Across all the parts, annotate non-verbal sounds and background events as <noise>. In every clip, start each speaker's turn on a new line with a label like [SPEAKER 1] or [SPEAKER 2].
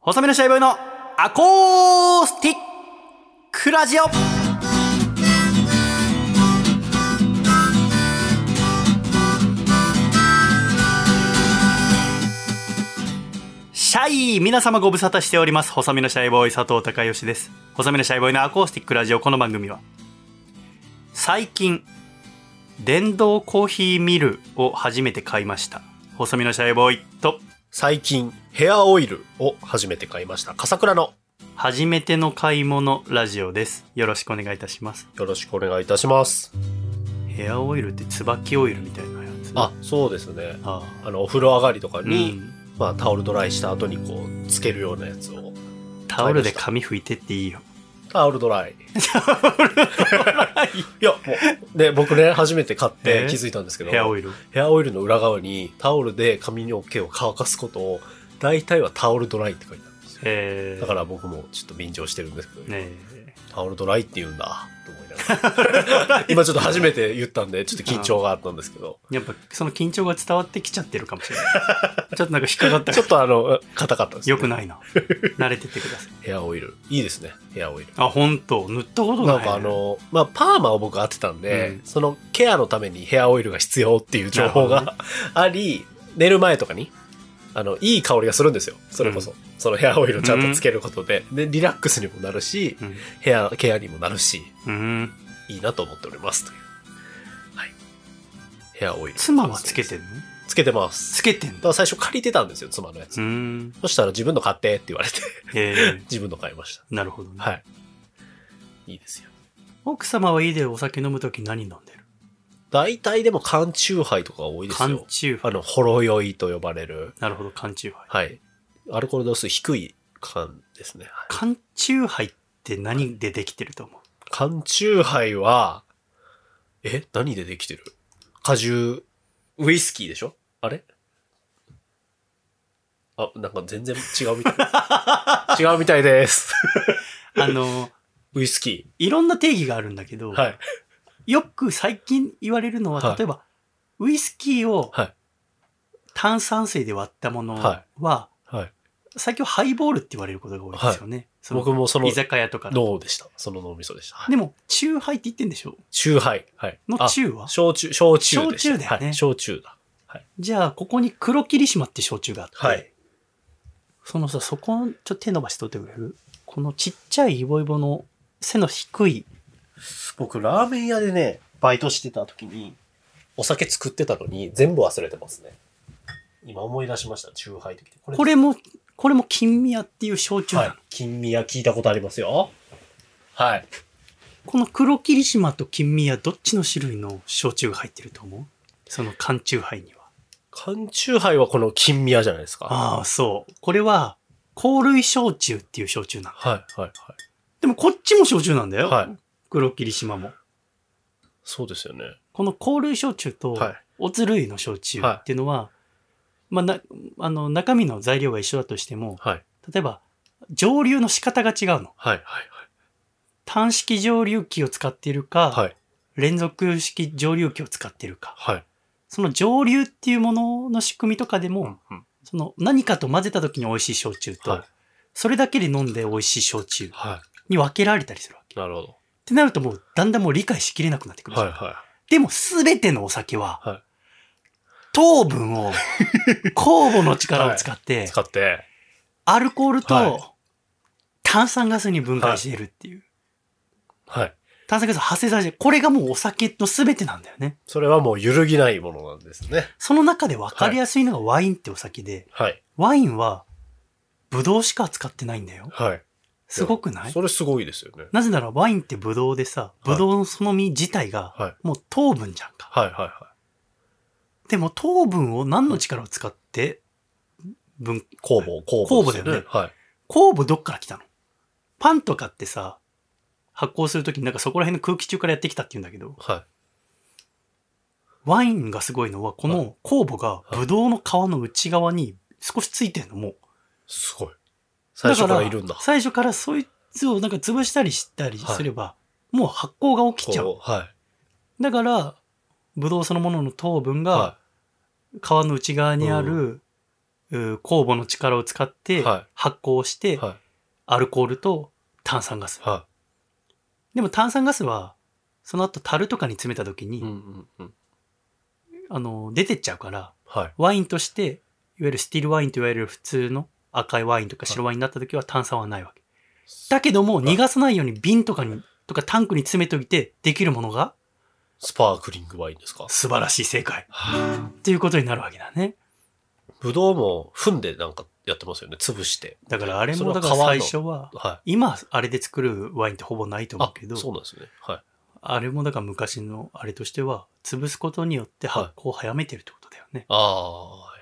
[SPEAKER 1] 細身のシャイボーイのアコースティックラジオシャイ皆様ご無沙汰しております細身のシャイボーイ佐藤孝義です細身のシャイボーイのアコースティックラジオこの番組は最近電動コーヒーミルを初めて買いました細身のシャイボーイと
[SPEAKER 2] 最近、ヘアオイルを初めて買いました。笠倉の。
[SPEAKER 1] 初めての買い物ラジオです。よろしくお願いいたします。
[SPEAKER 2] よろしくお願いいたします。
[SPEAKER 1] ヘアオイルって椿オイルみたいなやつ
[SPEAKER 2] あ、そうですね。
[SPEAKER 1] あ
[SPEAKER 2] あの、お風呂上がりとか
[SPEAKER 1] あ、う
[SPEAKER 2] に、
[SPEAKER 1] ん。
[SPEAKER 2] まあ、タオルドライした後にこう、つけるようなやつを。
[SPEAKER 1] タオルで髪拭いてっていいよ。
[SPEAKER 2] タオルドライ。 <laughs> いや、もう、で、僕ね、初めて買っ
[SPEAKER 1] え
[SPEAKER 2] て
[SPEAKER 1] ー
[SPEAKER 2] 気づいたんですけど、
[SPEAKER 1] ヘアオイル。
[SPEAKER 2] ヘアオイルの裏側にタオルで髪の毛を乾かすことを、大体はタオルドライって書いてあるんですよ。
[SPEAKER 1] えー、
[SPEAKER 2] だから僕もちょっと便乗してるんですけど、
[SPEAKER 1] ね
[SPEAKER 2] タオルドライって言うんだ、と思いながら。今ちょっと初めて言ったんで、ちょっと緊張があったんですけど。
[SPEAKER 1] え。やっぱその緊張が伝わってきちゃってるかもしれない。 <laughs> ちょっとなんか引っかかった
[SPEAKER 2] ちょっとあの、硬かったです、ね。
[SPEAKER 1] よくないな。慣れてってください。
[SPEAKER 2] ヘアオイル。いいですね、ヘアオイル。
[SPEAKER 1] あ、ほんと塗ったことない、
[SPEAKER 2] なんかあ、の、まあ、パーマを僕当てたんで、
[SPEAKER 1] うん
[SPEAKER 2] そのケアのためにヘアオイルが必要っていう情報
[SPEAKER 1] な
[SPEAKER 2] が <laughs> あり、寝る前とかに、あの、いい香りがするんですよ。それこそ。そのヘアオイルをちゃんとつけることで、で、リラックスにもなるし、
[SPEAKER 1] うん。
[SPEAKER 2] ヘアケアにもなるし、
[SPEAKER 1] うん。
[SPEAKER 2] いいなと思っております。という。はい。ヘアオイル。
[SPEAKER 1] 妻はつけてんの
[SPEAKER 2] つけてます。
[SPEAKER 1] つけてん
[SPEAKER 2] だ
[SPEAKER 1] の
[SPEAKER 2] から最初借りてたんですよ、妻のやつ。
[SPEAKER 1] うん。
[SPEAKER 2] そしたら自分の買ってって言われて、 <laughs>
[SPEAKER 1] ええ
[SPEAKER 2] 自分の買いました。
[SPEAKER 1] なるほどね。
[SPEAKER 2] はい。いいですよ。
[SPEAKER 1] 奥様は家でお酒飲むとき何飲んでる
[SPEAKER 2] 大体でも缶中杯とかが多いです
[SPEAKER 1] 缶
[SPEAKER 2] よ。
[SPEAKER 1] 中
[SPEAKER 2] あ
[SPEAKER 1] 杯。
[SPEAKER 2] の、ほろ酔いと呼ばれる。
[SPEAKER 1] なるほど、缶中杯。
[SPEAKER 2] はい。アルコール度数低い缶ですね。はい
[SPEAKER 1] 缶中杯って何でできてると思う
[SPEAKER 2] 缶中杯は、え何でできてる果汁、ウイスキーでしょあれあ、なんか全然違うみた
[SPEAKER 1] <laughs>
[SPEAKER 2] い。違うみたいです。
[SPEAKER 1] あの、 <laughs>
[SPEAKER 2] ウイスキ
[SPEAKER 1] いろんな定義があるんだけど、
[SPEAKER 2] ー。はい。
[SPEAKER 1] よく最近言われるのは、
[SPEAKER 2] はい
[SPEAKER 1] 例えば、ウイスキーを
[SPEAKER 2] はい
[SPEAKER 1] 炭酸水で割ったものは、
[SPEAKER 2] はい。
[SPEAKER 1] 最近はハイボールって言われることが多いですよね。その
[SPEAKER 2] 僕もその
[SPEAKER 1] 居酒屋とかで。
[SPEAKER 2] 脳でした。その脳みそでした。はい
[SPEAKER 1] でも、中杯って言ってんでしょ
[SPEAKER 2] 中杯。はい。
[SPEAKER 1] の
[SPEAKER 2] あ
[SPEAKER 1] 中は
[SPEAKER 2] 焼酎、焼酎で
[SPEAKER 1] 焼
[SPEAKER 2] した。
[SPEAKER 1] 酎だよね
[SPEAKER 2] はい、焼酎だ。
[SPEAKER 1] じゃあ、ここに黒霧島って焼酎があって、
[SPEAKER 2] はい
[SPEAKER 1] そのさ、そこ、ちょっと手伸ばして取ってくれるこのちっちゃいイボイボの背の低い、
[SPEAKER 2] 僕、ラーメン屋でね、バイトしてた時に、お酒作ってたのに、全部忘れてますね。今思い出しました、中杯ってきて。こ
[SPEAKER 1] これも、これも金宮っていう焼酎な
[SPEAKER 2] は
[SPEAKER 1] の
[SPEAKER 2] い。金宮聞いたことありますよ。はい。
[SPEAKER 1] この黒霧島と金宮どっちの種類の焼酎が入ってると思うその缶酎杯には。
[SPEAKER 2] 缶中杯はこの金宮じゃないですか。
[SPEAKER 1] ああ、そう。これは、香類焼酎っていう焼酎なの。
[SPEAKER 2] はい、はい、はい。
[SPEAKER 1] でもこっちも焼酎なんだよ。
[SPEAKER 2] はい
[SPEAKER 1] 黒霧島も。
[SPEAKER 2] そうですよね。
[SPEAKER 1] この香類焼酎と
[SPEAKER 2] はい、
[SPEAKER 1] おつ類の焼酎っていうのは、まあ、な、あの、中身の材料が一緒だとしても、
[SPEAKER 2] はい、
[SPEAKER 1] 例えば、蒸留の仕方が違うの。
[SPEAKER 2] はい、はい、
[SPEAKER 1] 単式蒸留器を使っているか、
[SPEAKER 2] はい。はい、
[SPEAKER 1] 連続式蒸留器を使っているか。
[SPEAKER 2] はい。
[SPEAKER 1] その蒸留っていうものの仕組みとかでも、
[SPEAKER 2] うん
[SPEAKER 1] その何かと混ぜた時に美味しい焼酎と、
[SPEAKER 2] はい
[SPEAKER 1] それだけで飲んで美味しい焼酎
[SPEAKER 2] は
[SPEAKER 1] に分けられたりするわけ。
[SPEAKER 2] い。なるほど。
[SPEAKER 1] ってなるともうだんだんもう理解しきれなくなってくるじゃ
[SPEAKER 2] は
[SPEAKER 1] ん。
[SPEAKER 2] い、は
[SPEAKER 1] でも全てのお酒は、
[SPEAKER 2] はい
[SPEAKER 1] 糖分
[SPEAKER 2] <laughs>
[SPEAKER 1] を酵母の力を使って、
[SPEAKER 2] い。使って、
[SPEAKER 1] アルコール
[SPEAKER 2] はい
[SPEAKER 1] と炭酸ガスに分解しているっていう。
[SPEAKER 2] はい。
[SPEAKER 1] 炭酸ガスを発生させて、これがもうお酒の全てなんだよね。
[SPEAKER 2] それはもう揺るぎないものなんですね。
[SPEAKER 1] その中で分かりやすいのがワインってお酒で、
[SPEAKER 2] はい。
[SPEAKER 1] ワインは、ブドウしか使ってないんだよ。
[SPEAKER 2] はい。
[SPEAKER 1] すごくない
[SPEAKER 2] それすごいですよね。
[SPEAKER 1] なぜならワインってブドウでさ、
[SPEAKER 2] はい
[SPEAKER 1] ブドウのその実自体が、
[SPEAKER 2] はい。
[SPEAKER 1] もう糖分じゃんか。
[SPEAKER 2] はい、はい、はい。
[SPEAKER 1] でも糖分を何の力を使って、分、
[SPEAKER 2] 工房、工
[SPEAKER 1] 工
[SPEAKER 2] 房
[SPEAKER 1] 房
[SPEAKER 2] で
[SPEAKER 1] だ
[SPEAKER 2] す
[SPEAKER 1] よ
[SPEAKER 2] よ
[SPEAKER 1] ね
[SPEAKER 2] ね。はい。
[SPEAKER 1] 酵母どっから来たのパンとかってさ、発酵するときになんかそこら辺の空気中からやってきたって言うんだけど、
[SPEAKER 2] は
[SPEAKER 1] ワインがすごいのは、この酵母がブドウの皮の内側に少しついてんの、もう。
[SPEAKER 2] い。すごい。最初からいるんだ。
[SPEAKER 1] ら最初からそいつをなんか潰したりしたりすれば、もう発酵が起きちゃう。
[SPEAKER 2] こうはい。
[SPEAKER 1] だから、ブドウそのものの糖分が
[SPEAKER 2] は
[SPEAKER 1] 皮の内側にあるう酵母の力を使って
[SPEAKER 2] はい
[SPEAKER 1] 発酵して、
[SPEAKER 2] は
[SPEAKER 1] アルコールと炭酸ガス
[SPEAKER 2] い。。は
[SPEAKER 1] でも炭酸ガスは、その後樽とかに詰めた時
[SPEAKER 2] い。
[SPEAKER 1] に、
[SPEAKER 2] うんうんうん。
[SPEAKER 1] あの、出てっちゃうから、
[SPEAKER 2] はい。
[SPEAKER 1] ワインとして、いわゆるスティールワインといわれる普通の赤いワインとか白ワインになった時は炭酸はないわけ。だけども、
[SPEAKER 2] い
[SPEAKER 1] 逃がさないように瓶とかに、とかタンクに詰めておいて、できるものが、
[SPEAKER 2] スパークリングワインですか
[SPEAKER 1] 素晴らしい正解。
[SPEAKER 2] はあ
[SPEAKER 1] っていうことになるわけだね。
[SPEAKER 2] ぶどうも、踏んでなんかやってますよね。潰して。
[SPEAKER 1] だからあれ
[SPEAKER 2] そ
[SPEAKER 1] も、だ
[SPEAKER 2] は
[SPEAKER 1] から
[SPEAKER 2] 皮の
[SPEAKER 1] 最初は、
[SPEAKER 2] は
[SPEAKER 1] 今、あれで作るワインってほぼないと
[SPEAKER 2] い。
[SPEAKER 1] 思う
[SPEAKER 2] あ
[SPEAKER 1] け、ど、
[SPEAKER 2] そうなんですね。はい。
[SPEAKER 1] あれもだから昔のあれとしては、潰すことによって発酵を早めてるってことだよね。
[SPEAKER 2] あ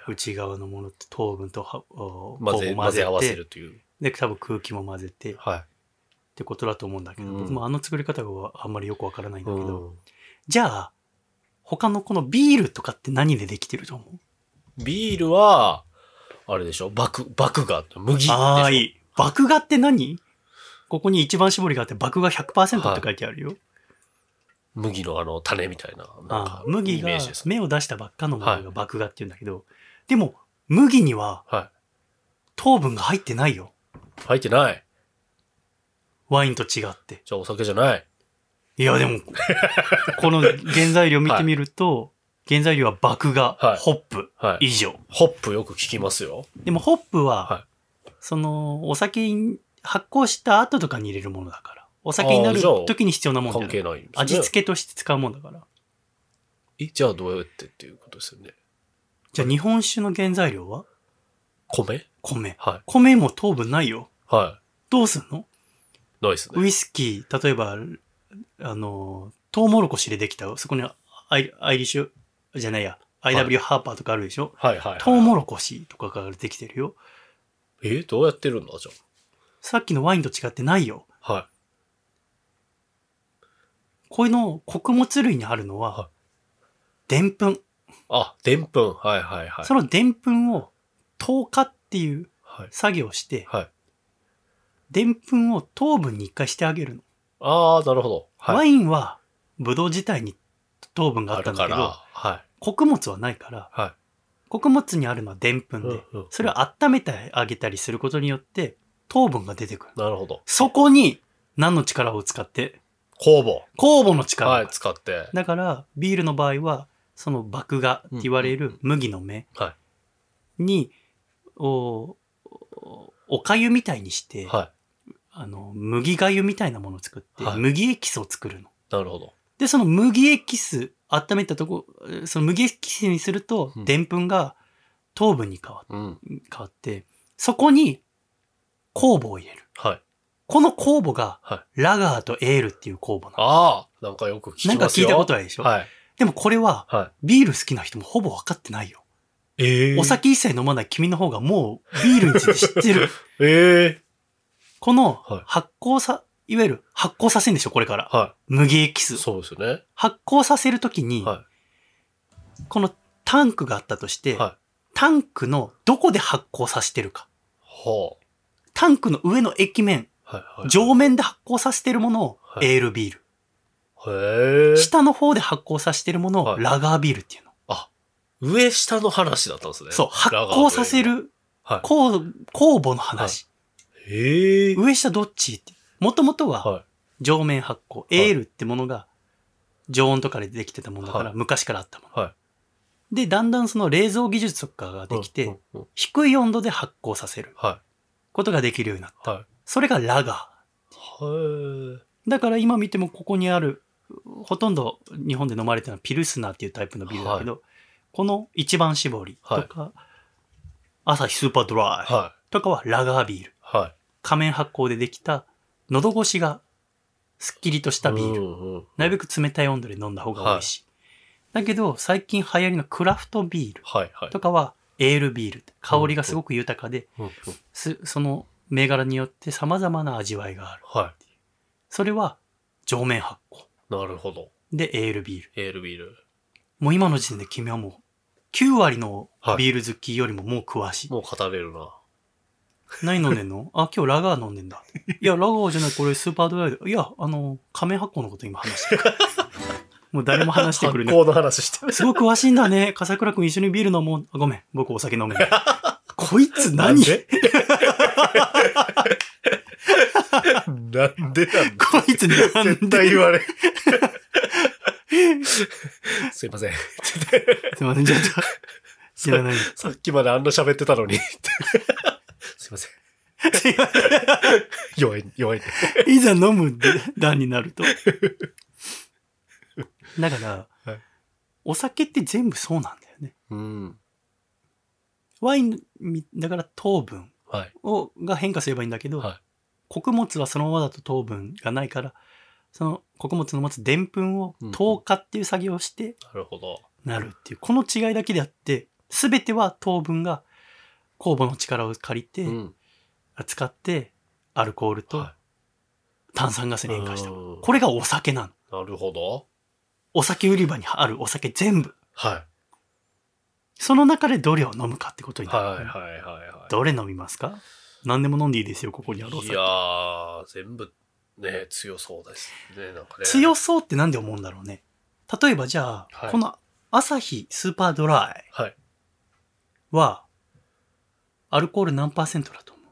[SPEAKER 2] あ、
[SPEAKER 1] 内側のものと糖分とはお
[SPEAKER 2] 混ぜ、
[SPEAKER 1] こう
[SPEAKER 2] 混ぜ合わ
[SPEAKER 1] て
[SPEAKER 2] せるという。
[SPEAKER 1] で、多分空気も混ぜてっ
[SPEAKER 2] は
[SPEAKER 1] てことだと思うんだけど、
[SPEAKER 2] うん
[SPEAKER 1] 僕もあの作り方があんまりよくわからないん
[SPEAKER 2] い。
[SPEAKER 1] だけど、
[SPEAKER 2] うん
[SPEAKER 1] じゃあ、他のこのビールとかって何でできてると思う
[SPEAKER 2] ビールは、あれでしょ麦、麦が、麦でしょ。
[SPEAKER 1] ああ、いい。麦芽って何ここに一番絞りがあって、麦芽100%って書いてあるよ。
[SPEAKER 2] 麦のあの、種みたいな。なん
[SPEAKER 1] あ
[SPEAKER 2] か
[SPEAKER 1] あ麦
[SPEAKER 2] イ
[SPEAKER 1] が
[SPEAKER 2] メージですね。
[SPEAKER 1] 芽を出したばっかのも
[SPEAKER 2] は
[SPEAKER 1] のが
[SPEAKER 2] い
[SPEAKER 1] 麦芽って言うんだけど、でも麦には
[SPEAKER 2] は
[SPEAKER 1] 糖分が入ってないよ
[SPEAKER 2] い。入ってない。
[SPEAKER 1] ワインと違って
[SPEAKER 2] じゃあお酒じゃない。
[SPEAKER 1] いやで
[SPEAKER 2] <laughs>
[SPEAKER 1] もこの原材料見てみると、原材料は麦芽、
[SPEAKER 2] はい
[SPEAKER 1] ホップ
[SPEAKER 2] はい。
[SPEAKER 1] 以上
[SPEAKER 2] ホップよく聞きますよ。
[SPEAKER 1] でもホップは、
[SPEAKER 2] は
[SPEAKER 1] そのお酒に発酵した後とかに入れるものだからお酒にな
[SPEAKER 2] あー
[SPEAKER 1] る
[SPEAKER 2] じゃあ
[SPEAKER 1] 時に必要なもんじゃ
[SPEAKER 2] 関
[SPEAKER 1] ない
[SPEAKER 2] 係ないんですね。
[SPEAKER 1] 味付けとして使うもんだから
[SPEAKER 2] えじゃあどうやってっていうことですよね。
[SPEAKER 1] じゃあ日本酒の原材料は
[SPEAKER 2] 米
[SPEAKER 1] 米
[SPEAKER 2] は
[SPEAKER 1] 米も糖分ないよ
[SPEAKER 2] い。は
[SPEAKER 1] どうすんの
[SPEAKER 2] い。ないですね。
[SPEAKER 1] ウイスキー、例えば、あの、トウモロコシでできた、そこにアイアイリッシュ、じゃないや、
[SPEAKER 2] い
[SPEAKER 1] IW ハーパーとかあるでしょ、
[SPEAKER 2] はいはいはい。
[SPEAKER 1] トウモロコシとかからできてるよ。
[SPEAKER 2] えどうやってるんだじゃ
[SPEAKER 1] さっきのワインと違ってないよ。
[SPEAKER 2] あ。は
[SPEAKER 1] こういうの、穀物類にあるの
[SPEAKER 2] は
[SPEAKER 1] は、でんぷん。
[SPEAKER 2] い。あ、でんぷん。はいはいはい。
[SPEAKER 1] そのでんぷんを、糖化っていう
[SPEAKER 2] はい。
[SPEAKER 1] 作業をして、
[SPEAKER 2] はい。
[SPEAKER 1] でんぷんを糖分に一回してあげるの。
[SPEAKER 2] ああ、なるほど。はい。
[SPEAKER 1] ワインは、ブドウ自体に糖分があ
[SPEAKER 2] あ
[SPEAKER 1] った
[SPEAKER 2] る
[SPEAKER 1] んだ
[SPEAKER 2] か
[SPEAKER 1] け
[SPEAKER 2] ら。
[SPEAKER 1] ど、
[SPEAKER 2] はい。
[SPEAKER 1] 穀物はないから、
[SPEAKER 2] は
[SPEAKER 1] 穀物にあるのはでんぷ
[SPEAKER 2] い。
[SPEAKER 1] ん
[SPEAKER 2] う
[SPEAKER 1] で
[SPEAKER 2] ん、うん
[SPEAKER 1] それを温めてあげたりすることによって、糖分が出てくる。
[SPEAKER 2] なるほど。
[SPEAKER 1] そこに、何の力を使って
[SPEAKER 2] 酵母。
[SPEAKER 1] 酵母の力が、
[SPEAKER 2] はい、使って。
[SPEAKER 1] だから、ビールの場合は、その麦芽って言われる麦の芽
[SPEAKER 2] は
[SPEAKER 1] に、お、おおかゆみたいにして、
[SPEAKER 2] は
[SPEAKER 1] あの、麦がゆみたいなものを作って、
[SPEAKER 2] はい
[SPEAKER 1] 麦エキスを作るの。
[SPEAKER 2] い。なるほど。
[SPEAKER 1] で、その麦エキス、温めたとこ、その麦エキスにすると
[SPEAKER 2] う、ん
[SPEAKER 1] でんぷんが糖分に変わって
[SPEAKER 2] うん。
[SPEAKER 1] 変わって、そこに酵母を入れる。
[SPEAKER 2] はい。
[SPEAKER 1] この酵母が、
[SPEAKER 2] は
[SPEAKER 1] ラガーとエールっていう酵母なの。
[SPEAKER 2] ああ、なんかよく聞き
[SPEAKER 1] なんか
[SPEAKER 2] ます
[SPEAKER 1] 聞い
[SPEAKER 2] よ。
[SPEAKER 1] たことないでしょ、
[SPEAKER 2] はい。
[SPEAKER 1] でもこれは、
[SPEAKER 2] は
[SPEAKER 1] ビール好きな人もほぼ分かってないよ。
[SPEAKER 2] い。ええ
[SPEAKER 1] お。酒一切飲まない君の方がもうビールについて知って
[SPEAKER 2] <laughs>
[SPEAKER 1] る。
[SPEAKER 2] ええ。
[SPEAKER 1] この
[SPEAKER 2] はい
[SPEAKER 1] 発酵さ、いわゆる発酵させるんでしょこれから。
[SPEAKER 2] は
[SPEAKER 1] 麦エキ
[SPEAKER 2] い。
[SPEAKER 1] ス。
[SPEAKER 2] そうですよね。
[SPEAKER 1] 発酵させるときに、
[SPEAKER 2] は
[SPEAKER 1] このタンクがあったとして、
[SPEAKER 2] い。はい。
[SPEAKER 1] タンクのどこで発酵させてるか。
[SPEAKER 2] は
[SPEAKER 1] タンクの上の液面、
[SPEAKER 2] あ。はいはい。
[SPEAKER 1] 上面で発酵させてるものを
[SPEAKER 2] はい
[SPEAKER 1] エールビール。
[SPEAKER 2] へえ。
[SPEAKER 1] 下の方で発酵させてるものを
[SPEAKER 2] はい
[SPEAKER 1] ラガービールっていうの。
[SPEAKER 2] 上下の話だったんですね。
[SPEAKER 1] そう、発
[SPEAKER 2] ラガーとい
[SPEAKER 1] 酵させ。る
[SPEAKER 2] はい
[SPEAKER 1] 酵酵母の話。
[SPEAKER 2] へえ。
[SPEAKER 1] 上下どっちって。もともとは
[SPEAKER 2] は
[SPEAKER 1] 上面発酵。
[SPEAKER 2] い
[SPEAKER 1] エールってものが常温とかでできてたものだから、
[SPEAKER 2] はい
[SPEAKER 1] 昔からあったもの。
[SPEAKER 2] は
[SPEAKER 1] で、だんだんその冷蔵技術とかが
[SPEAKER 2] い。
[SPEAKER 1] できて、
[SPEAKER 2] うんうんうん
[SPEAKER 1] 低い温度で発酵させる
[SPEAKER 2] は
[SPEAKER 1] ことができるようになった。
[SPEAKER 2] い。はい。
[SPEAKER 1] それがラガー。
[SPEAKER 2] は
[SPEAKER 1] だから今見てもここにある、ほとんど日本で飲まれてるのはピルスナーっていうタイプのビールだけど、この一番搾りとか、朝日スーパードラ
[SPEAKER 2] い。
[SPEAKER 1] イ
[SPEAKER 2] は
[SPEAKER 1] とかはラガービール。
[SPEAKER 2] い。はい。
[SPEAKER 1] 仮面発酵でできた、喉越しがすっきりとしたビール。
[SPEAKER 2] ル
[SPEAKER 1] なるべく冷たい温度で飲んだ方が美味しい。だけど、最近流行りのクラフトビール
[SPEAKER 2] はいはい。
[SPEAKER 1] とかは、エールビール。香りがすごく豊かで、
[SPEAKER 2] うんうん
[SPEAKER 1] すその銘柄によって様々な味わいがある。
[SPEAKER 2] は
[SPEAKER 1] それは、上面発酵。
[SPEAKER 2] い。なるほど。
[SPEAKER 1] で、エールビール。
[SPEAKER 2] エールビール。
[SPEAKER 1] もう今の時点で君はもう、9割の
[SPEAKER 2] はい
[SPEAKER 1] ビール好きよりももう詳しい。
[SPEAKER 2] もう語れるな。
[SPEAKER 1] 何飲んでん
[SPEAKER 2] <laughs>
[SPEAKER 1] のあ、今日ラガー飲んでんだ。いや、ラガーじゃない、これスーパードライだ。いや、あの、仮面発酵のこと今話
[SPEAKER 2] <laughs>
[SPEAKER 1] してる。もう誰も話してくれない。
[SPEAKER 2] 発酵の話してる。 <laughs>
[SPEAKER 1] すごい詳しいんだね。笠倉くん一緒にビール飲もう。あごめん、僕お酒飲めない。こいつ
[SPEAKER 2] なん
[SPEAKER 1] 何
[SPEAKER 2] で <laughs> なんでなんだ
[SPEAKER 1] こいつなん
[SPEAKER 2] 絶対
[SPEAKER 1] で
[SPEAKER 2] 言われん。 <laughs> すいません。
[SPEAKER 1] すいません、ちょっと。いらない。
[SPEAKER 2] さっきまであんな喋ってたのに。すいません。弱い、弱い。
[SPEAKER 1] いざ飲む段になると。
[SPEAKER 2] <laughs>
[SPEAKER 1] だから、
[SPEAKER 2] はい
[SPEAKER 1] お酒って全部そうなんだよね。
[SPEAKER 2] うん。
[SPEAKER 1] ワインみ、だから糖分
[SPEAKER 2] はい。
[SPEAKER 1] を、が変化すればいいんだけど、
[SPEAKER 2] は
[SPEAKER 1] 穀物はそのままだと糖分がないから、その穀物の持つでんぷんを
[SPEAKER 2] うん
[SPEAKER 1] 糖化っていう作業をして
[SPEAKER 2] なるほど。
[SPEAKER 1] なるっていう、この違いだけであって、すべては糖分が酵母の力を借りて、
[SPEAKER 2] うん。
[SPEAKER 1] 使って、アルコールと
[SPEAKER 2] は
[SPEAKER 1] 炭酸ガスに変化したもの。
[SPEAKER 2] うん
[SPEAKER 1] これがお酒なの。
[SPEAKER 2] なるほど。
[SPEAKER 1] お酒売り場にあるお酒全部。
[SPEAKER 2] は
[SPEAKER 1] その中でどれを飲むかってこと
[SPEAKER 2] い。
[SPEAKER 1] になる。
[SPEAKER 2] はい、はい、はい。はい
[SPEAKER 1] どれ飲みますか何でも飲んでいいですよ、ここにあるお
[SPEAKER 2] い
[SPEAKER 1] 酒
[SPEAKER 2] や。ー、全部ね、強そうですね、なんかね。
[SPEAKER 1] 強そうってなんで思うんだろうね。例えばじゃあ、
[SPEAKER 2] はい
[SPEAKER 1] このアサヒスーパードライ
[SPEAKER 2] はい。
[SPEAKER 1] は、アルコール何パーセントだと思う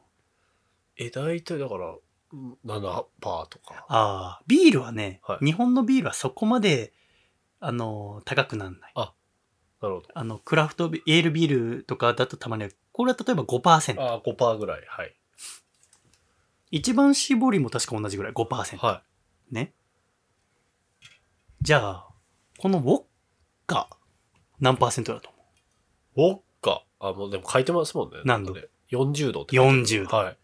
[SPEAKER 2] え、大体だから、うん7%とか。
[SPEAKER 1] ああ、ビールはね、
[SPEAKER 2] はい
[SPEAKER 1] 日本のビールはそこまで、あの、高くならない。
[SPEAKER 2] なるほど。
[SPEAKER 1] あの、クラフトビ、エールビールとかだとたまにあるこれは例えば5%。
[SPEAKER 2] あー、5%ぐらい。はい。
[SPEAKER 1] 一番搾りも確か同じぐらい、5%。
[SPEAKER 2] は
[SPEAKER 1] ね。じゃあ、このウォッカ、何パーセントだと思
[SPEAKER 2] い。ウォッカ。あ、もうでも書いてますもんね。
[SPEAKER 1] 何度
[SPEAKER 2] なんかね ?40 度って
[SPEAKER 1] う。?40 度。
[SPEAKER 2] はい。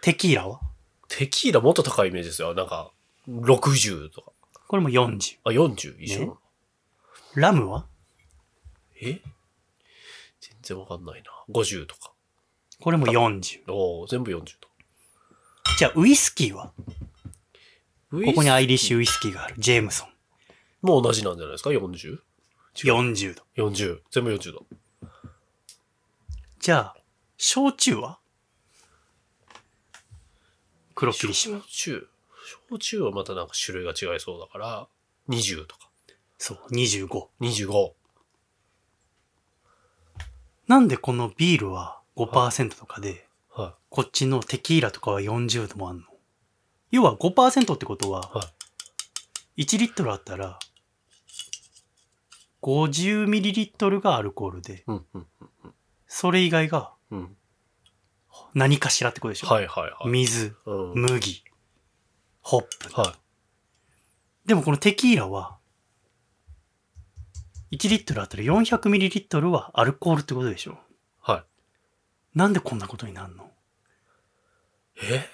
[SPEAKER 1] テキーラは
[SPEAKER 2] テキーラもっと高いイメージですよ。なんか、60とか。
[SPEAKER 1] これも40。
[SPEAKER 2] あ、40以上なの、
[SPEAKER 1] ラムは
[SPEAKER 2] え全然わかんないな。50とか。
[SPEAKER 1] これも40。
[SPEAKER 2] おー全部40と。
[SPEAKER 1] じゃあ、ウイスキーはここにアイリッシ
[SPEAKER 2] ュ。
[SPEAKER 1] ュウイスキーがある。ジェームソン。
[SPEAKER 2] もう同じなんじゃないですか ?40?40。
[SPEAKER 1] 40度。
[SPEAKER 2] 40全部40度。
[SPEAKER 1] じゃあ、焼酎は黒霧島。
[SPEAKER 2] 焼酎。焼酎はまたなんか種類が違いそうだから、20とか。
[SPEAKER 1] そう、25。
[SPEAKER 2] 25。
[SPEAKER 1] なんでこのビールは5%とかで、
[SPEAKER 2] は
[SPEAKER 1] こっちのテキーラとかは40度もあんの要は5%ってことは、
[SPEAKER 2] は
[SPEAKER 1] 1リットルあったら、50ミリリットルがアルコールで、
[SPEAKER 2] い。うん、うん、
[SPEAKER 1] それ以外が
[SPEAKER 2] うん。
[SPEAKER 1] 何かしらってことでしょ、
[SPEAKER 2] はい、はい、はい。
[SPEAKER 1] 水、
[SPEAKER 2] うん。はい。
[SPEAKER 1] 麦、ホップ。でもこのテキーラは、1リットルあったら400ミリリットルはアルコールってことでしょ
[SPEAKER 2] はい。
[SPEAKER 1] なんでこんなことになるの
[SPEAKER 2] え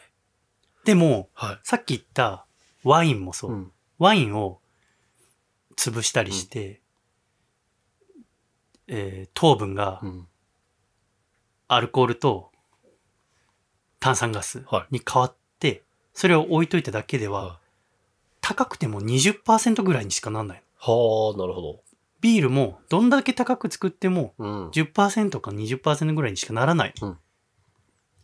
[SPEAKER 1] でも、
[SPEAKER 2] はい。
[SPEAKER 1] さっき言ったワインもそう。
[SPEAKER 2] うん。
[SPEAKER 1] ワインを潰したりして、えー糖分が
[SPEAKER 2] うん。
[SPEAKER 1] アルコールと炭酸ガス
[SPEAKER 2] はい
[SPEAKER 1] に変わって、それを置いといただけでは、
[SPEAKER 2] は
[SPEAKER 1] 高くても20%ぐらいにしかなんないの。
[SPEAKER 2] はあ、なるほ
[SPEAKER 1] ビールもどんだけ高く作っても
[SPEAKER 2] ど。うん。
[SPEAKER 1] 10%か20%ぐらいにしかならない。
[SPEAKER 2] うん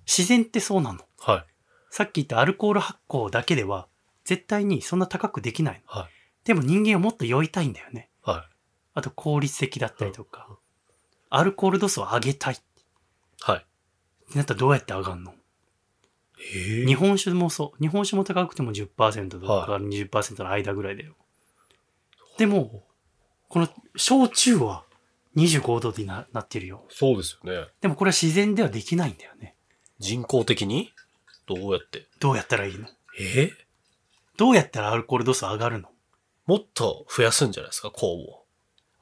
[SPEAKER 1] 自然ってそうなの。
[SPEAKER 2] はい。
[SPEAKER 1] さっき言ったアルコール発酵だけでは絶対にそんな高くできないの。
[SPEAKER 2] はい。
[SPEAKER 1] でも人間はもっと酔いたいんだよね。
[SPEAKER 2] はい。
[SPEAKER 1] あと効率的だったりとか
[SPEAKER 2] うん、
[SPEAKER 1] アルコール度数を上げたいって
[SPEAKER 2] はい。
[SPEAKER 1] なったらどうやって上がるの
[SPEAKER 2] え
[SPEAKER 1] 日本酒もそう。日本酒も高くても10%と
[SPEAKER 2] はい
[SPEAKER 1] か20%の間ぐらいだよ。でも、この焼酎は25度にななってるよ。
[SPEAKER 2] そうですよね。
[SPEAKER 1] でもこれは自然ではできないんだよね。
[SPEAKER 2] 人工的にどうやって
[SPEAKER 1] どうやったらいいの
[SPEAKER 2] え
[SPEAKER 1] どうやったらアルコール度数上がるの <laughs>
[SPEAKER 2] もっと増やすんじゃないですか酵母を。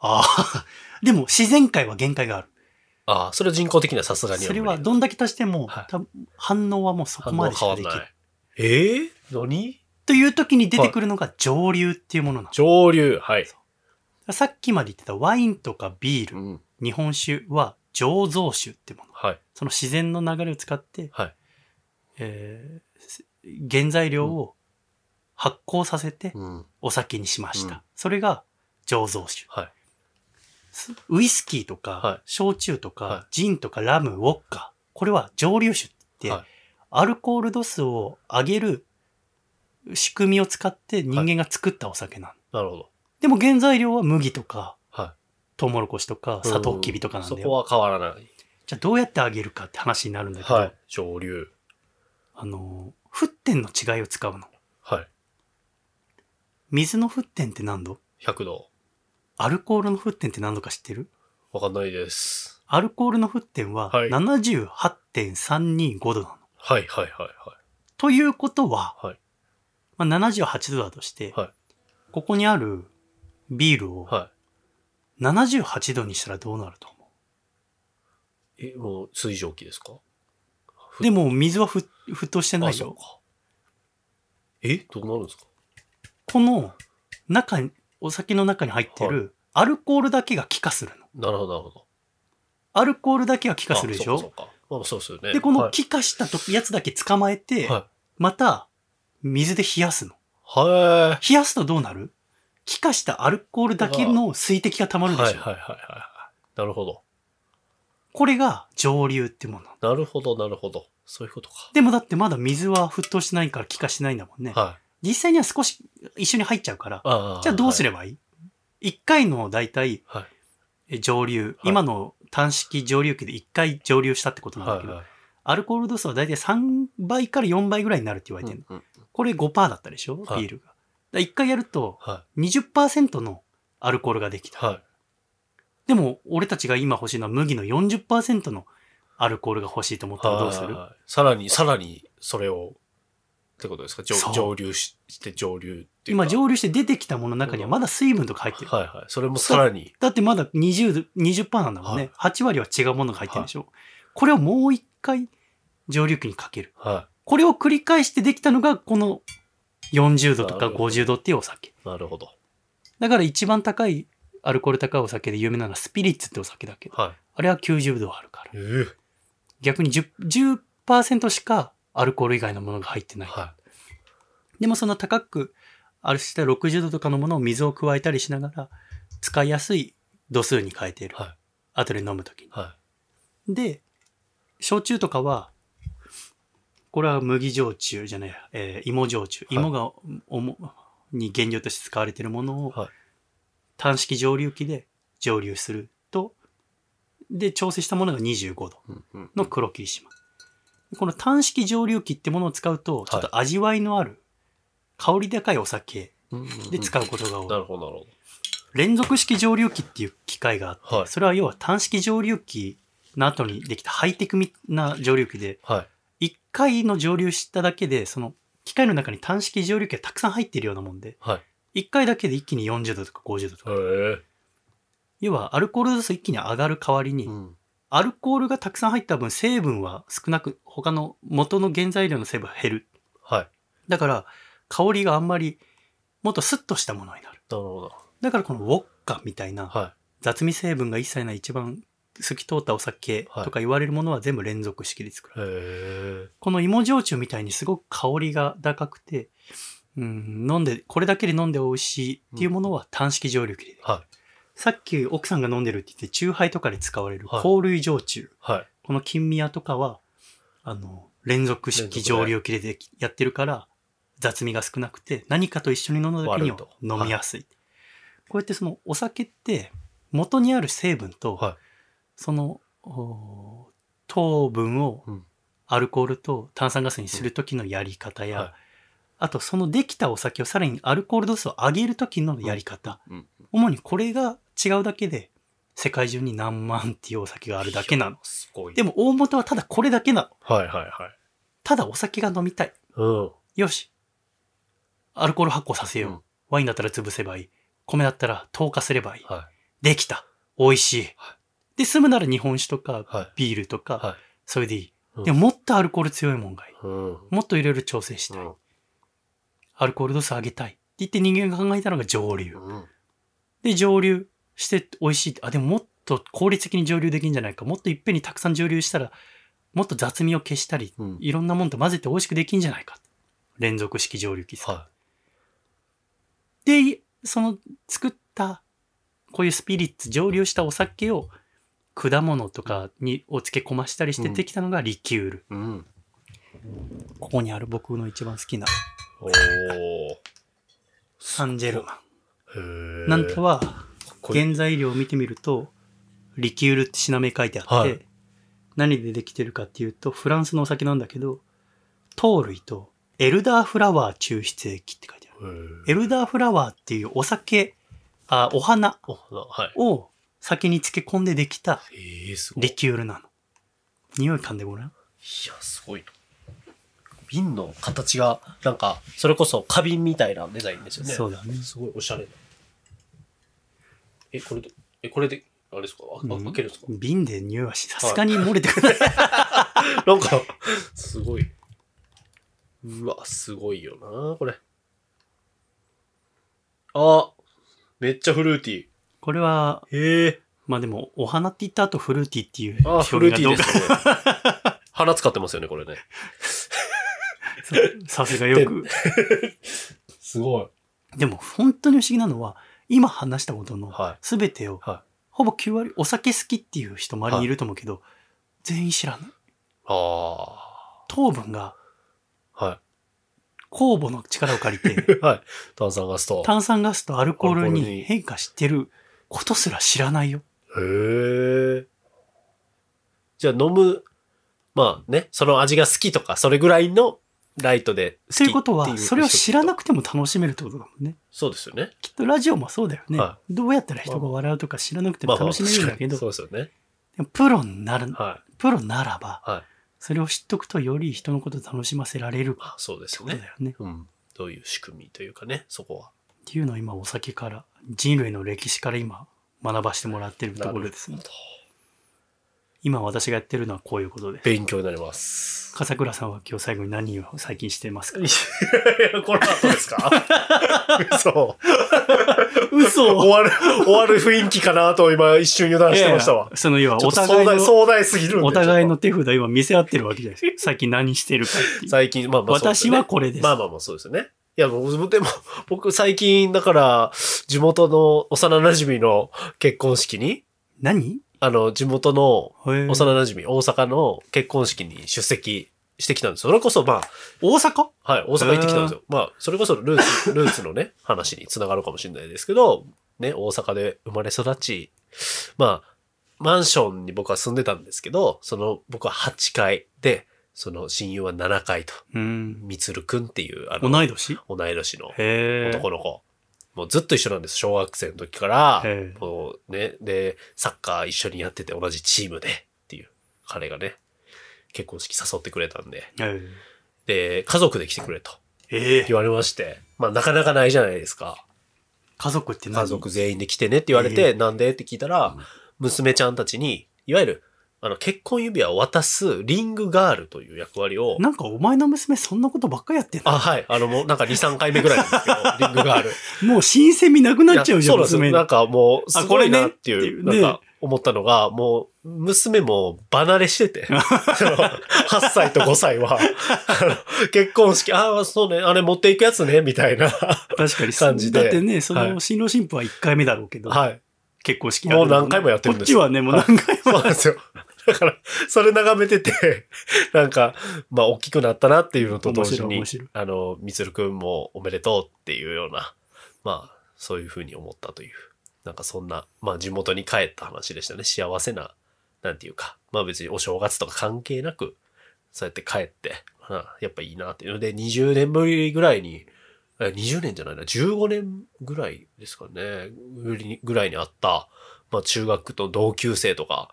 [SPEAKER 1] ああ。 <laughs> でも自然界は限界がある。
[SPEAKER 2] ああ、それは人工的にはさすがに
[SPEAKER 1] そ
[SPEAKER 2] 無理
[SPEAKER 1] れはどんだけ足しても、
[SPEAKER 2] はい
[SPEAKER 1] 多分反応はもうそこ
[SPEAKER 2] 反応
[SPEAKER 1] ま
[SPEAKER 2] は
[SPEAKER 1] でし
[SPEAKER 2] 変
[SPEAKER 1] か
[SPEAKER 2] わ
[SPEAKER 1] で
[SPEAKER 2] ん
[SPEAKER 1] きない
[SPEAKER 2] な。い。ええ何
[SPEAKER 1] という時に出てくるのが蒸留っていうものなの。
[SPEAKER 2] 上流。はい。
[SPEAKER 1] さっきまで言ってたワインとかビール、
[SPEAKER 2] ん。
[SPEAKER 1] 日本酒は醸造酒ってもの。
[SPEAKER 2] はい。
[SPEAKER 1] その自然の流れを使って、
[SPEAKER 2] はい
[SPEAKER 1] えー原材料を発酵させて
[SPEAKER 2] うん。
[SPEAKER 1] お酒にしました。
[SPEAKER 2] うん
[SPEAKER 1] それが醸造酒。
[SPEAKER 2] はい。
[SPEAKER 1] すウイスキーと
[SPEAKER 2] は
[SPEAKER 1] か
[SPEAKER 2] い、
[SPEAKER 1] 焼酎とか、
[SPEAKER 2] はい
[SPEAKER 1] ジンとかラム、ウォッカ。これは蒸留酒って、
[SPEAKER 2] はい
[SPEAKER 1] アルコール度数を上げる仕組みを使って人間が作ったお酒なの。
[SPEAKER 2] なるほど。
[SPEAKER 1] でも原材料は麦とか、
[SPEAKER 2] は
[SPEAKER 1] トウモロコシとか、
[SPEAKER 2] い。
[SPEAKER 1] サトウキビとかなん
[SPEAKER 2] そ
[SPEAKER 1] だ
[SPEAKER 2] こ
[SPEAKER 1] よ。
[SPEAKER 2] は変わらない。
[SPEAKER 1] じゃあどうやってあげるかって話になるんだけど、
[SPEAKER 2] はい。上流。
[SPEAKER 1] あのー沸点の違いを使うの
[SPEAKER 2] はい。
[SPEAKER 1] 水の沸点って何度
[SPEAKER 2] 100度。
[SPEAKER 1] アルコールの沸点って何度か知ってる
[SPEAKER 2] わかんないです。
[SPEAKER 1] アルコールの沸点は
[SPEAKER 2] はい
[SPEAKER 1] 78.325度なの、
[SPEAKER 2] はいはいはいは
[SPEAKER 1] ということは、
[SPEAKER 2] はい
[SPEAKER 1] まあ、78度だとして、
[SPEAKER 2] はい
[SPEAKER 1] ここにあるビールを
[SPEAKER 2] い。は
[SPEAKER 1] 78度にしたらどうなると思う、
[SPEAKER 2] い。え、もう水蒸気ですかふ
[SPEAKER 1] でも水はふ沸騰してない
[SPEAKER 2] そう
[SPEAKER 1] よ。
[SPEAKER 2] か。えどうなるんですか
[SPEAKER 1] この中に、お酒の中に入ってるアルコールだけが気化するの。
[SPEAKER 2] なるほどなるほど。
[SPEAKER 1] アルコールだけが気化するでし
[SPEAKER 2] あそう
[SPEAKER 1] ょ
[SPEAKER 2] かそうかまあそうですよね。
[SPEAKER 1] で、この
[SPEAKER 2] はい
[SPEAKER 1] 気化したとやつだけ捕まえて、
[SPEAKER 2] は
[SPEAKER 1] また水で冷やすの。
[SPEAKER 2] い。は
[SPEAKER 1] 冷やすとどうなる気化したアルコールだけの水滴が溜ま
[SPEAKER 2] い。
[SPEAKER 1] るでしょ、
[SPEAKER 2] はいはいはいはい。なるほど。
[SPEAKER 1] これが蒸留ってものなの。
[SPEAKER 2] なるほどなるほど。そういうことか。
[SPEAKER 1] でもだってまだ水は沸騰してないから気化してないんだもんね。
[SPEAKER 2] はい。
[SPEAKER 1] 実際には少し一緒に入っちゃうから、
[SPEAKER 2] あ
[SPEAKER 1] じゃあどうす
[SPEAKER 2] れ
[SPEAKER 1] ればいい一、回の大体、
[SPEAKER 2] はい
[SPEAKER 1] え蒸留、
[SPEAKER 2] はい
[SPEAKER 1] 今の単式蒸留器で一回蒸留したってことなんだ
[SPEAKER 2] は
[SPEAKER 1] け
[SPEAKER 2] い
[SPEAKER 1] ど、
[SPEAKER 2] はい。
[SPEAKER 1] アルコール度数は大体3倍から4倍ぐらいになるって言われてるの、
[SPEAKER 2] うんうん
[SPEAKER 1] これ5%だったでしょビ
[SPEAKER 2] はい
[SPEAKER 1] ールが。だ1回やると
[SPEAKER 2] は
[SPEAKER 1] 20%のアルコールができ
[SPEAKER 2] い。
[SPEAKER 1] た。
[SPEAKER 2] はい。
[SPEAKER 1] でも俺たちが今欲しいのは麦の40%のアルコールが欲しいと思ったらどうす
[SPEAKER 2] はい
[SPEAKER 1] る
[SPEAKER 2] はいはいさらに、さらに、それを、ってことですか上
[SPEAKER 1] そう
[SPEAKER 2] 上流しして上流っていうか。
[SPEAKER 1] 今蒸留して出てきたものの中にはまだ水分とか入ってる。
[SPEAKER 2] はいはい。それもさらに、
[SPEAKER 1] だってまだ20、20%なんだもんね。8割は違うものが入ってるでしょ。これをもう一回蒸留器にかける。
[SPEAKER 2] は
[SPEAKER 1] これを繰り返してできたのがこの40度と
[SPEAKER 2] な
[SPEAKER 1] か
[SPEAKER 2] るほど
[SPEAKER 1] 50度っていうお酒。
[SPEAKER 2] い。なるほど。
[SPEAKER 1] だから一番高い、アルコール高いお酒で有名なのはスピリッツってお酒だけど、
[SPEAKER 2] は
[SPEAKER 1] あれは90度あるから。
[SPEAKER 2] い。えー
[SPEAKER 1] 逆に 10%, 10しかアルコール以外のものが入ってない。
[SPEAKER 2] は
[SPEAKER 1] でもその高く、あれして60度とかのものを水を加えたりしながら、使いやすい度数に変えてい
[SPEAKER 2] い。
[SPEAKER 1] る。
[SPEAKER 2] はい。
[SPEAKER 1] 後で飲むときに。
[SPEAKER 2] は
[SPEAKER 1] で、焼酎とかは、これは麦焼酎じゃない、えー芋焼酎。
[SPEAKER 2] はい
[SPEAKER 1] 芋がおもに原料として使われているものを、
[SPEAKER 2] はい
[SPEAKER 1] 単式蒸留器で蒸留すると、で、調整したものが25度
[SPEAKER 2] い。うんうん
[SPEAKER 1] の黒霧島。この単式蒸留器ってものを使うと、ちょっと味わいのある、香り高いお酒
[SPEAKER 2] うんうんうん
[SPEAKER 1] で使うことが多い。
[SPEAKER 2] なるほど、なるほ
[SPEAKER 1] 連続式蒸留器っていう機械があって、
[SPEAKER 2] はい
[SPEAKER 1] それは要は単式蒸留器の後にできたハイテクな蒸留器で、
[SPEAKER 2] ど。はい。
[SPEAKER 1] 1回の蒸留しただけで、その機械の中に単式蒸留器がたくさん入っているようなもんで、
[SPEAKER 2] はい。
[SPEAKER 1] 1回だけで一気に40度とか50度とか、
[SPEAKER 2] へえ。
[SPEAKER 1] 要はアルコール度数一気に上がる代わりに、
[SPEAKER 2] うん。
[SPEAKER 1] アルコールがたくさん入った分成分は少なく、他の元の原材料の成分は減る。
[SPEAKER 2] はい。
[SPEAKER 1] だから、香りがあんまり、もっとスッとしたものになる。
[SPEAKER 2] なるほど。
[SPEAKER 1] だからこのウォッカみたいな、
[SPEAKER 2] は
[SPEAKER 1] 雑味成分が一切ない一番透き通ったお酒とか言われるものは全部連続式で作る。
[SPEAKER 2] い。へえ。
[SPEAKER 1] この芋焼酎みたいにすごく香りが高くて、うん、飲んで、これだけで飲んで美味しいっていうものは単式蒸留器で。
[SPEAKER 2] はい。
[SPEAKER 1] さっき奥さんが飲んでるって言って、チューハイとかで使われる
[SPEAKER 2] はい
[SPEAKER 1] 香類焼酎。
[SPEAKER 2] はい。
[SPEAKER 1] この金宮とかは、あの、連続
[SPEAKER 2] 連続
[SPEAKER 1] 式
[SPEAKER 2] で
[SPEAKER 1] 蒸留器でできやってるから、雑味が少なくて、何かと一緒に飲んだ時には
[SPEAKER 2] 割ると
[SPEAKER 1] 飲みやすい。こうやってそのお酒って、元にある成分と、
[SPEAKER 2] はい
[SPEAKER 1] その、おー糖分を
[SPEAKER 2] うん
[SPEAKER 1] アルコールと炭酸ガスにする時のやり方や、
[SPEAKER 2] はい
[SPEAKER 1] あとそのできたお酒をさらにアルコール度数を上げる時のやり方、
[SPEAKER 2] うんうん
[SPEAKER 1] 主にこれが違うだけで、世界中に何万っていうお酒があるだけなの。
[SPEAKER 2] すごい。
[SPEAKER 1] でも大元はただこれだけなの。
[SPEAKER 2] はいはいはい。
[SPEAKER 1] ただお酒が飲みたい。
[SPEAKER 2] うん。
[SPEAKER 1] よし。アルコール発酵させよう。
[SPEAKER 2] うん
[SPEAKER 1] ワインだったら潰せばいい。米だったら糖化すればいい。
[SPEAKER 2] は
[SPEAKER 1] できた。美味しい。
[SPEAKER 2] は
[SPEAKER 1] で、済むなら日本酒とか
[SPEAKER 2] い。、はい。
[SPEAKER 1] ビールとか、
[SPEAKER 2] はい
[SPEAKER 1] それでいい。
[SPEAKER 2] うん
[SPEAKER 1] でももっとアルコール強いもんがいい。
[SPEAKER 2] うん。
[SPEAKER 1] もっといろいろ調整したい。アルコール度数上げたい。って言って人間が考えたのが蒸留。
[SPEAKER 2] うん。
[SPEAKER 1] で、蒸留して美味しい。あ、でももっと効率的に蒸留できるんじゃないか。もっといっぺんにたくさん蒸留したら、もっと雑味を消したり、
[SPEAKER 2] うん。
[SPEAKER 1] いろんなもんと混ぜて美味しくできんじゃないか。連続式蒸留器さ、
[SPEAKER 2] は
[SPEAKER 1] で、その作った、こういうスピリッツ、蒸留したお酒を、果物とかにお漬け込ましたりして
[SPEAKER 2] うん
[SPEAKER 1] できたのがリキュール。
[SPEAKER 2] い。うん。
[SPEAKER 1] ここにある僕の一番好きな
[SPEAKER 2] おー。
[SPEAKER 1] サンジェルマ
[SPEAKER 2] へー
[SPEAKER 1] ン。なんとは、
[SPEAKER 2] かっこいい
[SPEAKER 1] 原材料を見てみると、リキュールって品名書いてあって、
[SPEAKER 2] はい
[SPEAKER 1] 何でできてるかっていうと、フランスのお酒なんだけど、糖類とエルダーフラワー抽出液って書いてある。エルダーフラワーっていうお酒、あ、お花
[SPEAKER 2] お花、はい。
[SPEAKER 1] を酒に漬け込んでできた
[SPEAKER 2] ええすごい。
[SPEAKER 1] リキュールなの。匂い噛んでごらん。
[SPEAKER 2] いや、すごいな。瓶の形が、なんか、それこそ花瓶みたいなデザインですよね。
[SPEAKER 1] そうだね
[SPEAKER 2] すごいおしゃれな。え、これで、え、これで、あれですかあ、あ開けるんですか、
[SPEAKER 1] 瓶で匂いはし、さすがに漏れてくる。
[SPEAKER 2] なんか、すごい。うわ、すごいよな、これ。あ、めっちゃフルーティ
[SPEAKER 1] これは、
[SPEAKER 2] ー。へえ。
[SPEAKER 1] まあでも、お花って言った後フルーティーっていう
[SPEAKER 2] あ、
[SPEAKER 1] 表
[SPEAKER 2] フル
[SPEAKER 1] 現
[SPEAKER 2] ー
[SPEAKER 1] が
[SPEAKER 2] テ
[SPEAKER 1] ど
[SPEAKER 2] ィー
[SPEAKER 1] う
[SPEAKER 2] で
[SPEAKER 1] か。
[SPEAKER 2] すね。これ腹使ってますよね、これね。
[SPEAKER 1] さすがよ
[SPEAKER 2] <laughs>
[SPEAKER 1] く。
[SPEAKER 2] すごい。
[SPEAKER 1] でも本当に不思議なのは、今話したことの
[SPEAKER 2] は
[SPEAKER 1] 全てを、
[SPEAKER 2] は
[SPEAKER 1] ほぼ9割お酒好きっていう人周りにいると思うけど、全員知らない。
[SPEAKER 2] あ
[SPEAKER 1] 糖分が
[SPEAKER 2] あ。は
[SPEAKER 1] 酵母の力を借りて、
[SPEAKER 2] い。はい。炭酸ガスと。
[SPEAKER 1] 炭酸ガスとアルコール
[SPEAKER 2] アルコールに
[SPEAKER 1] に変化してることすら知らないよ。
[SPEAKER 2] へえ。じゃあ飲む、まあね、その味が好きとか、それぐらいのライトで好き
[SPEAKER 1] ということは、それを知らな
[SPEAKER 2] く
[SPEAKER 1] くても楽しめるってことだもんね。
[SPEAKER 2] そうですよね。
[SPEAKER 1] きっとラジオもそうだよね。
[SPEAKER 2] は
[SPEAKER 1] どうやったら人が笑うとか知らなくても楽しめるんだけど、
[SPEAKER 2] まあまあそうですよね。
[SPEAKER 1] でもプロになる、
[SPEAKER 2] はい。
[SPEAKER 1] プロならば、
[SPEAKER 2] はい。
[SPEAKER 1] それを知っとくとより人のことを楽しませられるって
[SPEAKER 2] まあそうですよ
[SPEAKER 1] こと
[SPEAKER 2] ね。
[SPEAKER 1] だよね。
[SPEAKER 2] うん。どういう仕組みというかね、そこは。
[SPEAKER 1] っていうのを今お酒から人類の歴史から今学ばしてもらってるところですね
[SPEAKER 2] なるほ
[SPEAKER 1] 今私がやってるのはこういうことで
[SPEAKER 2] ど勉強になり
[SPEAKER 1] <laughs>
[SPEAKER 2] ます。
[SPEAKER 1] 笠倉さんは今日最後に何を最近してますか
[SPEAKER 2] いやこの後ですか <laughs> 嘘。
[SPEAKER 1] 嘘
[SPEAKER 2] 終わる、終わる雰囲気かなと今一瞬油断してましたわ。
[SPEAKER 1] その要は
[SPEAKER 2] ちょ
[SPEAKER 1] お
[SPEAKER 2] っと
[SPEAKER 1] 互い
[SPEAKER 2] 壮大、
[SPEAKER 1] の
[SPEAKER 2] 壮大すぎるんで。
[SPEAKER 1] お互いの
[SPEAKER 2] ちょ
[SPEAKER 1] 手札今見せ合ってるわけじゃない
[SPEAKER 2] <laughs>
[SPEAKER 1] ですか最近何してるかって
[SPEAKER 2] っと。
[SPEAKER 1] いう
[SPEAKER 2] 最近、まあまあ、そうです
[SPEAKER 1] 私
[SPEAKER 2] よね
[SPEAKER 1] はこれです、
[SPEAKER 2] まあまあまあそうですよね。いや、もうでも、 <laughs> 僕最近、だから、地元の幼馴染の結婚式に、
[SPEAKER 1] 何
[SPEAKER 2] あの、地元の
[SPEAKER 1] へえ
[SPEAKER 2] 幼馴染、大阪の結婚式に出席してきたんですよ。それこそ、ま
[SPEAKER 1] 大阪
[SPEAKER 2] あ、はい、大阪行ってきたんですよ。まあ、それこそルーツ、 <laughs> ルーツのね、話につながるかもしれないですけど、ね、大阪で生まれ育ち、まあ、マンションに僕は住んでたんですけど、その、僕は8階で、その親友は7階と、
[SPEAKER 1] うん
[SPEAKER 2] みつるくんっていう、あの、
[SPEAKER 1] 同い年
[SPEAKER 2] 同い年の
[SPEAKER 1] へえ
[SPEAKER 2] 男の子。もうずっと一緒なんです。小学生の時から
[SPEAKER 1] へえ、
[SPEAKER 2] もうね、で、サッカー一緒にやってて同じチームでっていう、彼がね、結婚式誘ってくれたんで、
[SPEAKER 1] え
[SPEAKER 2] で、家族で来てくれと
[SPEAKER 1] え
[SPEAKER 2] 言われまして、まあなかなかないじゃないですか。
[SPEAKER 1] 家族って何
[SPEAKER 2] 家族全員で来てねって言われ
[SPEAKER 1] え
[SPEAKER 2] て、なんでって聞いたら、娘ちゃんたちに、いわゆる、あの、結婚指輪を渡すリングガールという役割を、
[SPEAKER 1] なんかお前の娘そんなことばっかやってんの
[SPEAKER 2] あ、はい。あの、もうなんか2、3回目ぐらいなんですけど、
[SPEAKER 1] <laughs>
[SPEAKER 2] リングガール。
[SPEAKER 1] もう新鮮味なくなっちゃうじゃん
[SPEAKER 2] いやそうなんです
[SPEAKER 1] 娘
[SPEAKER 2] よ。
[SPEAKER 1] に
[SPEAKER 2] なんかもう、すごいなってい
[SPEAKER 1] あこれね
[SPEAKER 2] う、
[SPEAKER 1] っていうね
[SPEAKER 2] なんか思ったのが、もう、娘も離れして
[SPEAKER 1] <laughs>
[SPEAKER 2] て、その8歳と5歳は、 <laughs> あの結婚式、ああ、そうね、あれ持っていくやつね、みたいな。 <laughs>
[SPEAKER 1] 確かに
[SPEAKER 2] 感じで
[SPEAKER 1] だってね、そ
[SPEAKER 2] は
[SPEAKER 1] の
[SPEAKER 2] い
[SPEAKER 1] 新郎新婦は1回目だろうけど、
[SPEAKER 2] はい。
[SPEAKER 1] 結婚式
[SPEAKER 2] もう何回もやってるんです
[SPEAKER 1] こ
[SPEAKER 2] よ
[SPEAKER 1] っちはね、もう何回
[SPEAKER 2] そう
[SPEAKER 1] も。
[SPEAKER 2] なんですよ。だから、それ眺めてて、なんか、まあ、大きくなったなっていうのと同時に
[SPEAKER 1] 面白い面白い、
[SPEAKER 2] あの、みつるくんもおめでとうっていうような、まあ、そういうふうに思ったという、なんかそんな、まあ、地元に帰った話でしたね。幸せな、なんていうか、まあ別にお正月とか関係なく、そうやって帰って、まあやっぱいいなっていうので、20年ぶりぐらいに、え20年じゃないな、15年ぐらいですかね、ぶりにぐらいに会った、まあ中学と同級生とか、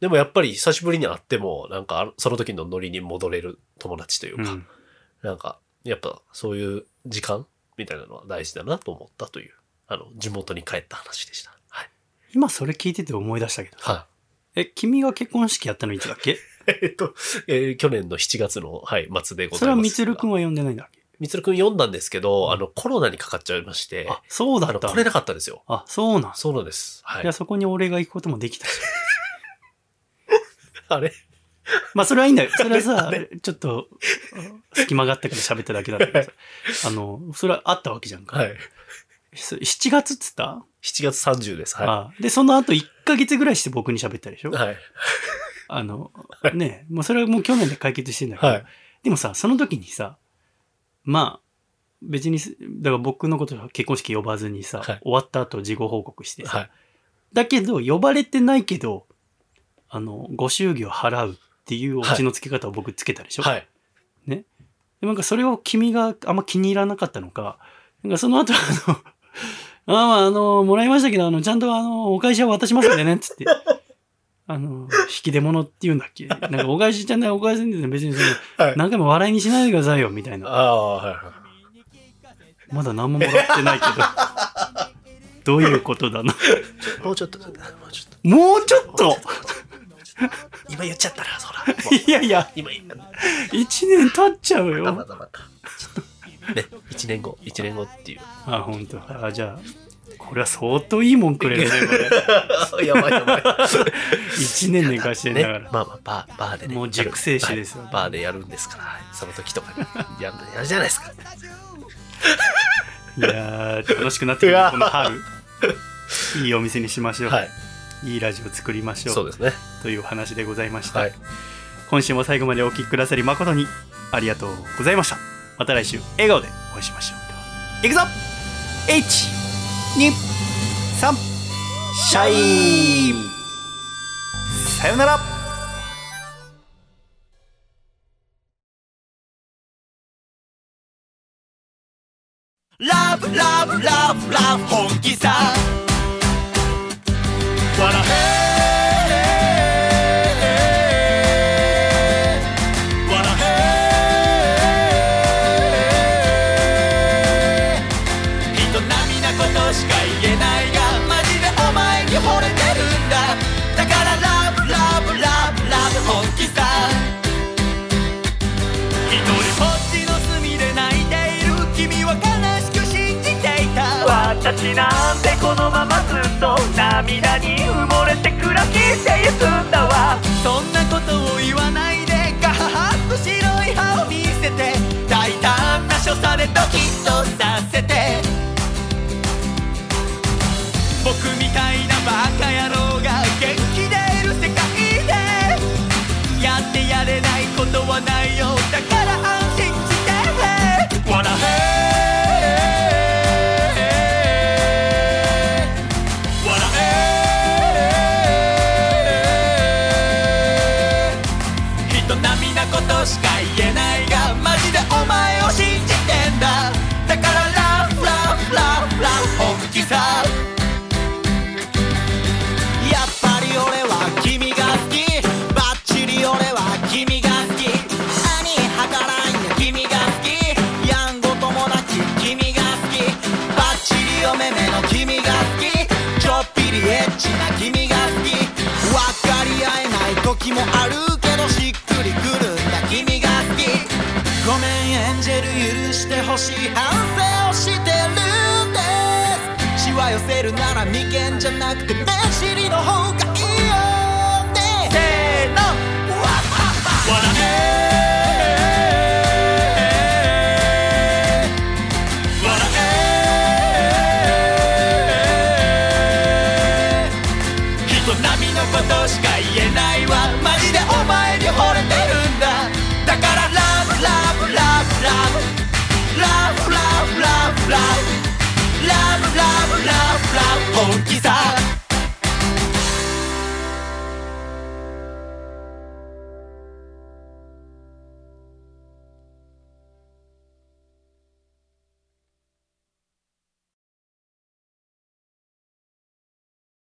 [SPEAKER 2] でもやっぱり久しぶりに会っても、なんかあのその時のノリに戻れる友達という
[SPEAKER 1] う
[SPEAKER 2] か、
[SPEAKER 1] ん
[SPEAKER 2] なんか、やっぱそういう時間みたいなのは大事だなと思ったという、あの、地元に帰った話でした。はい。
[SPEAKER 1] 今それ聞いてて思い出したけど。
[SPEAKER 2] はい。
[SPEAKER 1] え、君が結婚式やったのいつだっけ
[SPEAKER 2] <laughs> えっと、えー去年の7月の、はい、末でご
[SPEAKER 1] そ
[SPEAKER 2] ざ
[SPEAKER 1] れ
[SPEAKER 2] い
[SPEAKER 1] は
[SPEAKER 2] ます。
[SPEAKER 1] みつるくん
[SPEAKER 2] ん。
[SPEAKER 1] は呼んでないんだっけ
[SPEAKER 2] みつるくん読んだんですけど、あの、コロナにかかっちゃいまして、
[SPEAKER 1] あ、そうだ
[SPEAKER 2] あ
[SPEAKER 1] っ
[SPEAKER 2] の、
[SPEAKER 1] た。
[SPEAKER 2] 来れなかったんですよ。
[SPEAKER 1] あ、そうなん。
[SPEAKER 2] そうなんです。はいい
[SPEAKER 1] や、。そこに俺が行くこともできたし。
[SPEAKER 2] あれ <laughs>
[SPEAKER 1] まあ、それはいいんだよ。それはさ
[SPEAKER 2] あれ、
[SPEAKER 1] ちょっと、あ隙間があったから喋っただけなんだ
[SPEAKER 2] <laughs>
[SPEAKER 1] けどさ。あの、それはあったわけじゃんか。
[SPEAKER 2] はい。
[SPEAKER 1] そ7月っつった
[SPEAKER 2] 7月30です。は
[SPEAKER 1] あで、その後1ヶ月ぐらいして僕に喋ったでしょ
[SPEAKER 2] い。はい。
[SPEAKER 1] あの
[SPEAKER 2] は、い
[SPEAKER 1] ね、もうそれはもう去年で解決してんだけど、
[SPEAKER 2] はい。
[SPEAKER 1] でもさ、その時にさ、まあ、別にす、だから僕のことは結婚式呼ばずにさ、
[SPEAKER 2] はい
[SPEAKER 1] 終わった後事後報告してさ、
[SPEAKER 2] はい。
[SPEAKER 1] だけど呼ばれてないけど、あの、ご祝儀を払うっていうオチの付け方を僕つけたでしょ、
[SPEAKER 2] はい。
[SPEAKER 1] でなんかそれを君があんま気に入らなかったのか、なんかその後、あの、あまあ、あの、 <laughs> もらいましたけど、あの、ちゃんとあの、お返しは渡しますんでね、つって。あの、引き出物って言うんだっけなんかお返しじゃない、お返しで別にその、
[SPEAKER 2] はい。
[SPEAKER 1] 何回も笑いにしないでくださいよ、みたい
[SPEAKER 2] あ
[SPEAKER 1] な。
[SPEAKER 2] あ、はいはい。
[SPEAKER 1] まだ何ももらってないけ <laughs> ど。どういうことだな。
[SPEAKER 2] もうちょっと、もうちょっと。
[SPEAKER 1] もうちょっと
[SPEAKER 2] 今言っちゃったら、そら。も
[SPEAKER 1] <laughs>
[SPEAKER 2] う
[SPEAKER 1] いやいや、
[SPEAKER 2] 今言った。ま
[SPEAKER 1] 一年経っちゃう
[SPEAKER 2] たま
[SPEAKER 1] よ。
[SPEAKER 2] たまた。ちょっとね、1年後、1年後っていう。
[SPEAKER 1] あ、本当。あ、じゃあ、これは相当いいもんくれるね、これ。
[SPEAKER 2] <laughs> やばい
[SPEAKER 1] <laughs>
[SPEAKER 2] やばい。
[SPEAKER 1] 一年寝かしてんだ
[SPEAKER 2] ね
[SPEAKER 1] から。、
[SPEAKER 2] まあまあ、バー、バーでね。
[SPEAKER 1] もう熟成酒ですよ
[SPEAKER 2] はいバーでやるんですから、はいその時とかに。やる、やるじゃないですか。
[SPEAKER 1] いやー楽しくなってくる
[SPEAKER 2] うわ
[SPEAKER 1] この春いいお店にしましょう、
[SPEAKER 2] はい。
[SPEAKER 1] い、いラジオ作りましょ
[SPEAKER 2] そう
[SPEAKER 1] う
[SPEAKER 2] ですね。
[SPEAKER 1] というお話でございました、
[SPEAKER 2] はい。
[SPEAKER 1] 今週も最後までお聞きくださり誠にありがとうございましたまた来週笑顔でお会いしましょうではいくぞ123シャイさよなら
[SPEAKER 3] ラブラブラブラブ本気さ笑え笑え人並みなことしか言えないがマジでお前に惚れてるんだだからラブラブラブラブ本気さ一人ぼっちの隅で泣いている君は悲しく信じていた
[SPEAKER 4] 私なんてこのままずっと涙に埋もれて暗きしてゆくんだわ
[SPEAKER 3] そんなことを言わないでガハハッと白い歯を見せて大胆な所作でドキッとさせて僕みたいなバカ野郎が元気でいる世界でやってやれないことはないよだから安心して笑え笑え人並みなことしか言えないがマジでお前を信じてんだだからラブラブラブラブ本気さやっぱり俺は君が好きバッチリ俺は君が好き兄はからんや君が好きやんご友達君が好きバッチリおめめの君が好きちょっぴりエッチな君が好きわかり合えない時もあるけどしっくりくるんだ君が好きごめんエンジェル許してほしい反省をしてるんですしわ寄せるなら眉間じゃなくて目尻の方がいいよねせーのわっはっは笑え